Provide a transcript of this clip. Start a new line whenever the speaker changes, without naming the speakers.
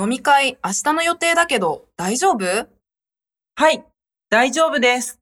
飲み会、明日の予定だけど、大丈夫
はい、大丈夫です。